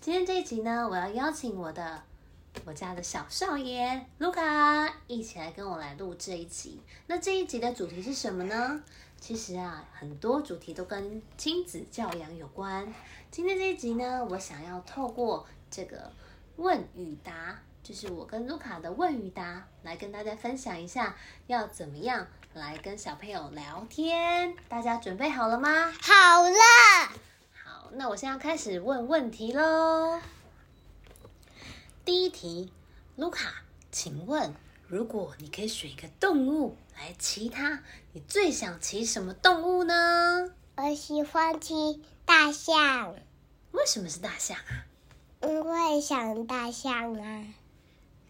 今天这一集呢，我要邀请我的我家的小少爷卢卡一起来跟我来录这一集。那这一集的主题是什么呢？其实啊，很多主题都跟亲子教养有关。今天这一集呢，我想要透过这个问与答，就是我跟卢卡的问与答，来跟大家分享一下要怎么样来跟小朋友聊天。大家准备好了吗？好了，好，那我现在开始问问题喽。第一题，卢卡，请问，如果你可以选一个动物来骑它，你最想骑什么动物呢？我喜欢吃大象，为什么是大象啊？因为想大象啊。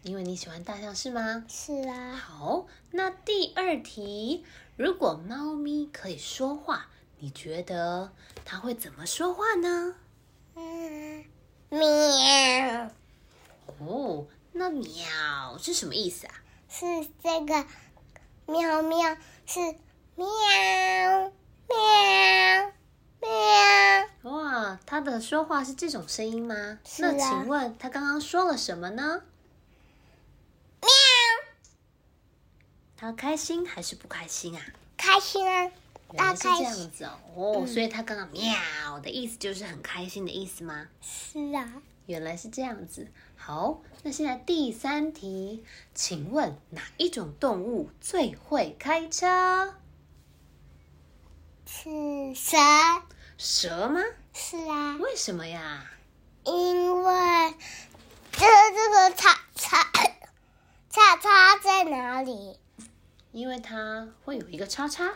因为你喜欢大象是吗？是啊，好，那第二题，如果猫咪可以说话，你觉得它会怎么说话呢？嗯，喵，哦，那喵是什么意思啊？是这个喵喵是喵喵喵，哇，他的说话是这种声音吗？是啊那请问他刚刚说了什么呢？喵，他开心还是不开心啊？开心啊，原大来是开这样心子哦，哦所以他刚刚喵的意思就是很开心的意思吗？是啊，原来是这样子。好，那现在第三题，请问哪一种动物最会开车？是蛇，蛇吗？是啊，为什么呀？因为这这个叉叉叉叉在哪里？因为它会有一个叉叉，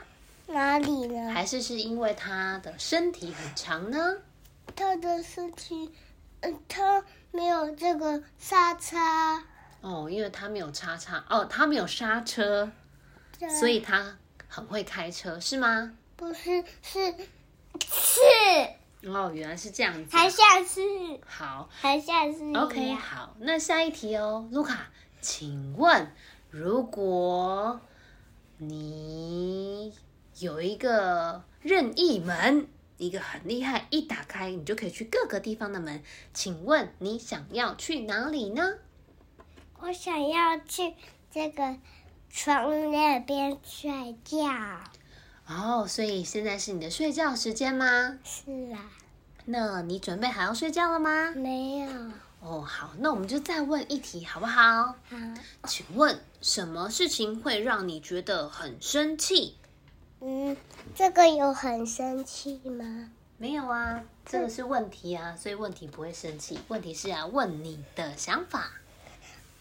哪里呢？还是是因为它的身体很长呢？他的身体，嗯，他没有这个刹车，哦，因为他没有叉叉，哦，他没有刹车，这所以他很会开车，是吗？不是是是，哦，原来是这样子。还像是好还像是一样，OK，好，那下一题哦，卢卡，请问，如果你有一个任意门，一个很厉害，一打开你就可以去各个地方的门，请问你想要去哪里呢？我想要去这个床那边睡觉。哦，所以现在是你的睡觉时间吗？是啊，那你准备好要睡觉了吗？没有哦，好，那我们就再问一题好不好？好，请问什么事情会让你觉得很生气？嗯，这个有很生气吗？没有啊，这个是问题啊，所以问题不会生气。问题是啊，问你的想法。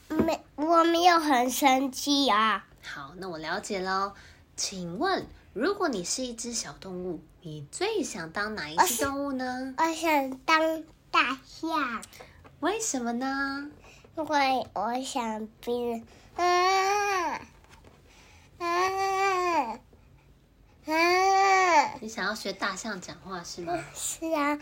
没，我没有很生气啊。好，那我了解喽。请问，如果你是一只小动物，你最想当哪一我只是动物呢？我想当大象。为什么呢？因为我想变啊啊啊！你想要学大象讲话是吗？是啊，